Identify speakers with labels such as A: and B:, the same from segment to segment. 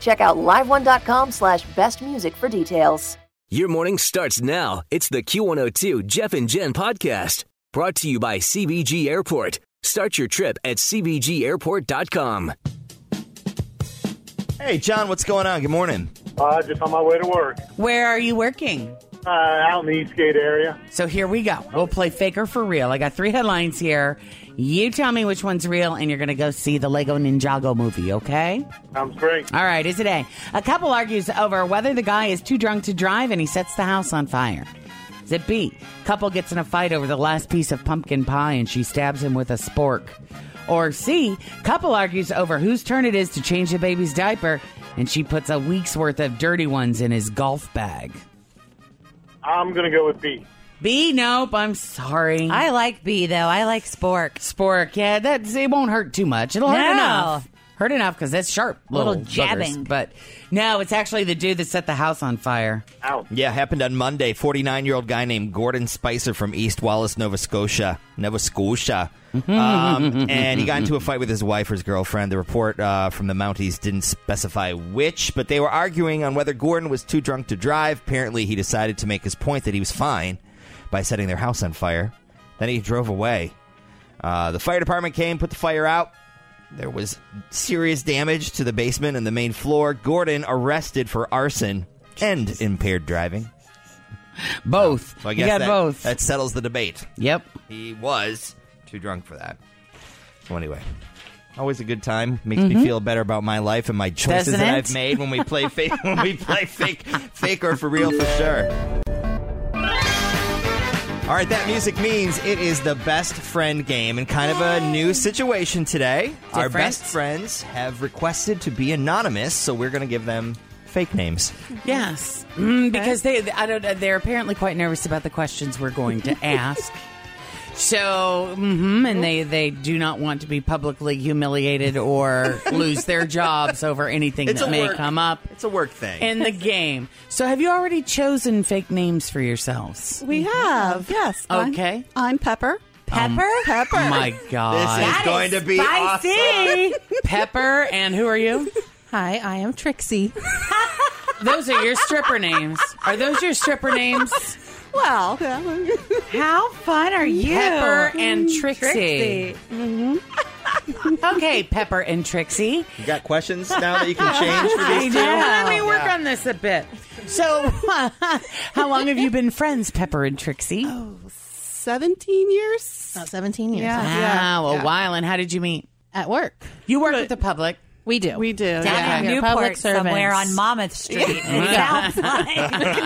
A: Check out liveone.com slash best music for details.
B: Your morning starts now. It's the Q102 Jeff and Jen podcast brought to you by CBG Airport. Start your trip at CBGAirport.com.
C: Hey, John, what's going on? Good morning.
D: Uh, just on my way to work.
E: Where are you working?
D: Uh, out in the Eastgate area.
E: So here we go. We'll play fake or for real. I got three headlines here. You tell me which one's real, and you're going to go see the Lego Ninjago movie, okay?
D: Sounds great.
E: All right, is it A? A couple argues over whether the guy is too drunk to drive and he sets the house on fire. Is it B? Couple gets in a fight over the last piece of pumpkin pie and she stabs him with a spork. Or C? Couple argues over whose turn it is to change the baby's diaper and she puts a week's worth of dirty ones in his golf bag.
D: I'm going to go with B.
E: B, nope, I'm sorry.
F: I like B though. I like spork.
E: spork. Yeah, that it won't hurt too much. It'll hurt
F: No.
E: enough. Hurt enough because that's sharp. Little,
F: Little jabbing.
E: buggers. but no, it's actually the dude that set the house on fire.
D: Out.
G: Yeah, happened on Monday. 49 year old guy named Gordon Spicer from East Wallace, Nova Scotia. Nova Scotia. um, and he got into a fight with his wife or his girlfriend. The report uh, from the Mounties didn't specify which, but they were arguing on whether Gordon was too drunk to drive. Apparently, he decided to make his point that he was fine by setting their house on fire. Then he drove away. Uh, the fire department came, put the fire out. There was serious damage to the basement and the main floor. Gordon arrested for arson and impaired driving.
E: Both.
G: So Oh, I
E: You
G: guess
E: got
G: that,
E: both.
G: that settles the debate.
E: yep.
G: He was too drunk for that. So anyway, always a good time. Makes me feel better about my life and my choices
E: Mm-hmm. Doesn't
G: that
E: it?
G: I've made when we play fake. when we play fake, fake or for real for sure. All right, that music means it is the best friend game and kind of a new situation today. Our
E: Different.
G: best friends have requested to be anonymous, so we're going to give them fake names.
E: Yes, mm, because they I don't they're apparently quite nervous about the questions we're going to ask. So, hmm and they they do not want to be publicly humiliated or lose their jobs over anything
G: It's
E: that
G: a
E: may
G: work.
E: come up
G: It's a work thing.
E: in the game. So, have you already chosen fake names for yourselves?
H: We have. Yes. I'm-
E: Okay. Um,
H: I'm Pepper.
F: Mm-hmm. Pepper?
H: Um, Pepper.
E: Oh My
G: this
E: God,
G: is going to be awesome.
E: Pepper and who are you?
H: Hi, I am Trixie.
E: Those are your stripper names. Are those your stripper names?
H: well,
F: How fun are you?
E: Pepper and Trixie. Okay, Pepper and Trixie.
G: You got questions now that you can change for these two?
E: Let me work on this a bit. So, how long have you been friends, Pepper and Trixie? wow,
H: 17 years?
F: Oh, 17 years.
H: Yeah.
E: a while. And how did you meet?
H: At work.
E: You work with the public.
F: We do. We do. Down
H: yeah.
F: in
H: We are public
F: Newport somewhere
H: servants.
F: on Monmouth Street.
H: Yeah.
F: It sounds like.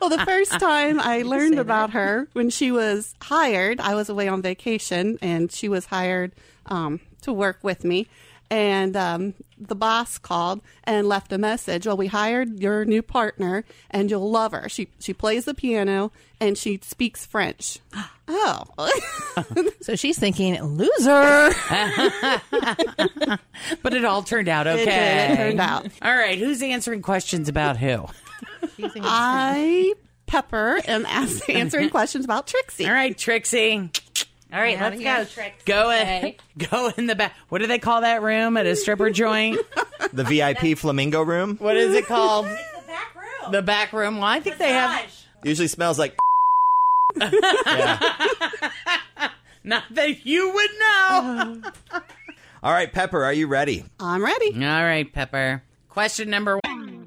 H: well, the first time I learned about her when she was hired, I was away on vacation and she was hired um, to work with me. And um, the boss called and left a message. Well, we hired your new partner, and you'll love her. She she plays the piano and she speaks French. Oh,
I: so she's thinking loser.
E: but it all turned out okay.
H: It did. It turned out.
E: All right. Who's answering questions about who?
H: I Pepper am ask, answering questions about Trixie. All
E: right, Trixie.
F: All right,
H: Yeah,
F: let's
H: yeah.
F: go, Trix.
E: Go in,
F: Okay.
E: go in the back. What do they call that room at a stripper joint?
G: The VIP flamingo room.
E: What is it called? the back room. The back room. Well, I think they have
G: Usually smells like.
E: not that you would know.
G: All right, Pepper, are you ready?
H: I'm ready.
E: All right, Pepper. Question number one.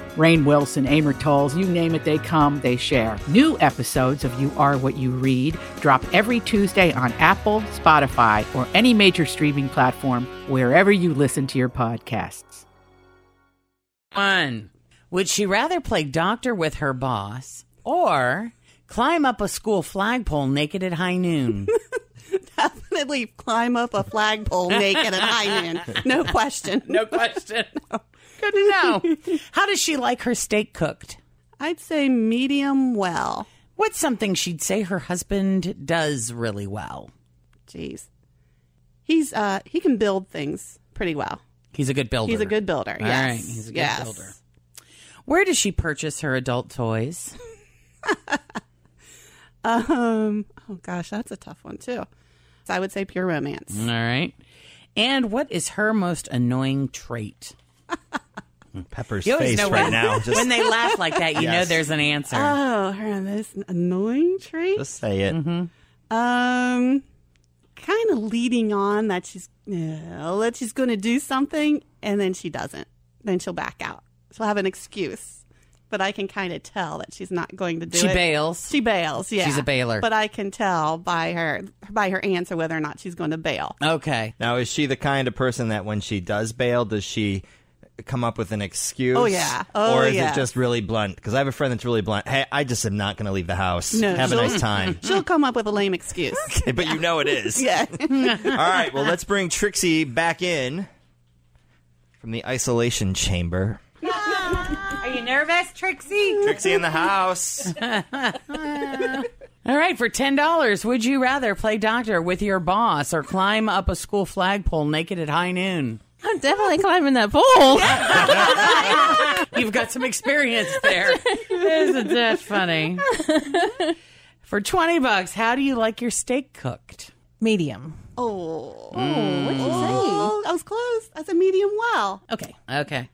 J: Rain Wilson, Amor Tolls, you name it, they come, they share. New episodes of You Are What You Read drop every Tuesday on Apple, Spotify, or any major streaming platform wherever you listen to your podcasts.
E: One. Would she rather play doctor with her boss or climb up a school flagpole naked at high noon?
H: definitely climb up a flagpole naked at high noon. No question.
E: No question. Good to know. How does she like her steak cooked?
H: I'd say medium well.
E: What's something she'd say her husband does really well?
H: Jeez. He's uh he can build things pretty well.
E: He's a good builder.
H: He's a good builder.
E: All
H: yes.
E: right, he's a good
H: Yes.
E: builder. Where does she purchase her adult toys?
H: Um oh gosh, that's a tough one too. So I would say pure romance.
E: All right. And what is her most annoying trait?
G: Pepper's
E: You always
G: face
E: know
G: right
E: when-
G: now. Just
E: when they laugh like that, you know
G: Yes.
E: there's an answer.
H: Oh, her this annoying trait.
G: Just say it.
E: Mm-hmm.
H: Um kind of leading on that she's uh, that she's going to do something and then she doesn't. Then she'll back out. She'll have an excuse. But I can kind of tell that she's not going to do
E: She
H: it.
E: bails.
H: She bails. Yeah.
E: She's a bailer.
H: But I can tell by her by her answer whether or not she's going to bail.
E: Okay.
G: Now, is she the kind of person that when she does bail, does she come up with an excuse?
H: Oh, yeah. Oh,
G: or is
H: yeah.
G: it just really blunt? Because I have a friend that's really blunt. Hey, I just am not going to leave the house. have a
H: she'll-
E: Mm.
G: nice time.
H: She'll come up with a lame excuse.
G: but you know it is.
H: yeah.
G: All right. Well, let's bring Trixie back in from the isolation chamber.
F: Are you nervous, Trixie?
G: Trixie in the house.
E: All right, for $10, would you rather play doctor with your boss or climb up a school flagpole naked at high noon?
I: I'm definitely climbing that pole.
E: You've got some experience there. Isn't that funny? For 20 bucks, how do you like your steak cooked?
I: Medium.
H: Oh.
E: what'd you say?
H: Oh, I was close. I said medium well.
I: Okay.
E: Okay.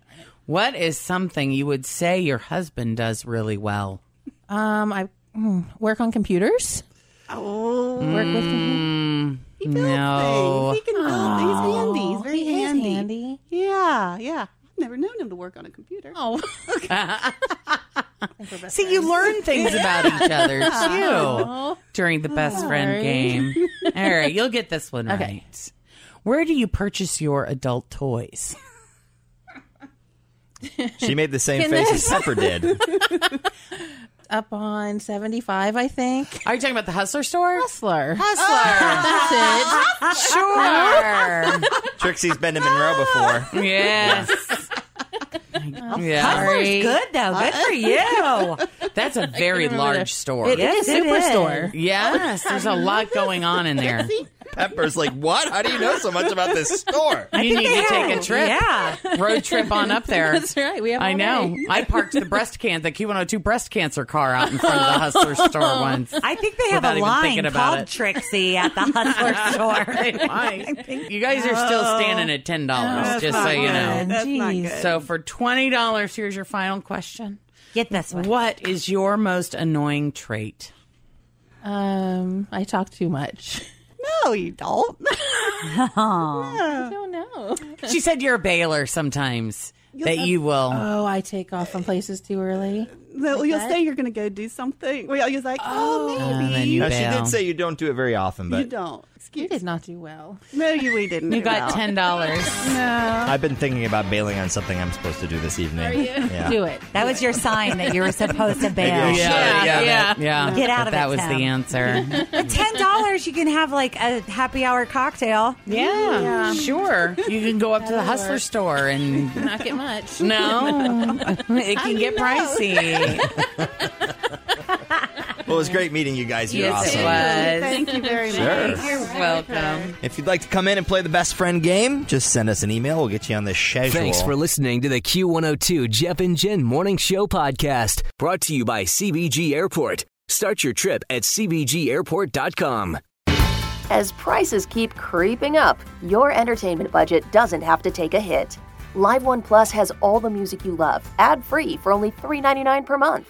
E: What is something you would say your husband does really well?
I: Um, I mm, work on computers.
H: Oh.
I: Work with computers.
E: Mm, no.
H: He can build things handy. He's very
I: he is
H: handy.
I: handy.
H: Yeah, yeah. I've never known him to work on a computer.
I: Oh.
E: See, you learn things about each other
I: Oh.
E: too during the best friend
I: Sorry.
E: game. All right, you'll get this one right. Where do you purchase your adult toys?
G: She made the same
I: Goodness.
G: face as Pepper did.
I: Up on 75, I think.
E: Are you talking about the Hustler store?
I: Hustler.
E: That's it. Sure.
G: Trixie's been to Monroe before.
E: Yes. Yeah.
F: Hustler's good though. Good for you.
E: That's a very large store.
I: It is a
F: Yes, it is.
I: superstore.
E: Yes, there's a lot going on in there.
G: Pepper's like, what? How do you know so much about this store?
E: You need to take a trip.
F: Yeah.
E: Road trip on up there.
F: That's right. We have
E: I
F: all
E: know.
F: day.
E: I parked the breast can the Q102 breast cancer car out in front of the Hustler store once.
F: Oh. I think they have
E: without
F: a
E: even thinking
F: line
E: about
F: called
E: it.
F: Trixie at the Hustler store.
E: You guys are still standing at ten dollars,
F: Oh, That's
E: just
F: not
E: so you
F: good.
E: know.
F: That's not Jeez. good.
E: So for twenty dollars, here's your final question.
F: Get this one.
E: What is your most annoying trait?
I: Um, I talk too much.
H: No, you don't.
I: I don't know.
E: she said you're a bailer sometimes. That you will.
I: Oh, I take off from places too early.
H: No, you'll say you're going to go do something. Well, you're like, oh, maybe.
G: no, she did say you don't do it very often,
H: you
G: but
H: don't. Excuse
I: did not do well.
H: No, you we didn't.
E: You
H: do
E: got
H: well.
E: ten dollars.
H: No.
G: I've been thinking about bailing on something I'm supposed to do this evening. Yeah.
F: Do it. That was your sign that you were supposed to bail.
G: Maybe I Yeah,
E: yeah,
F: yeah.
E: that- yeah.
F: Get out
E: But
F: of
E: that
F: it,
E: was the answer.
F: With ten dollars, you can have like a happy hour cocktail.
E: Yeah,
F: Um,
E: sure. You can go up to the Hustler store and
I: Not get much.
E: no, it can get pricey.
G: Well, it was great meeting you guys. You're
E: Yes,
G: awesome.
E: it was.
H: Thank you very much.
G: Sure.
E: You're welcome.
G: If you'd like to come in and play the best friend game, just send us an email. We'll get you on the schedule.
B: Thanks for listening to the Q102 Jeff and Jen Morning Show podcast brought to you by CBG Airport. Start your trip at CBGAirport.com.
A: As prices keep creeping up, your entertainment budget doesn't have to take a hit. Live One Plus has all the music you love, ad free for only $3.99 per month.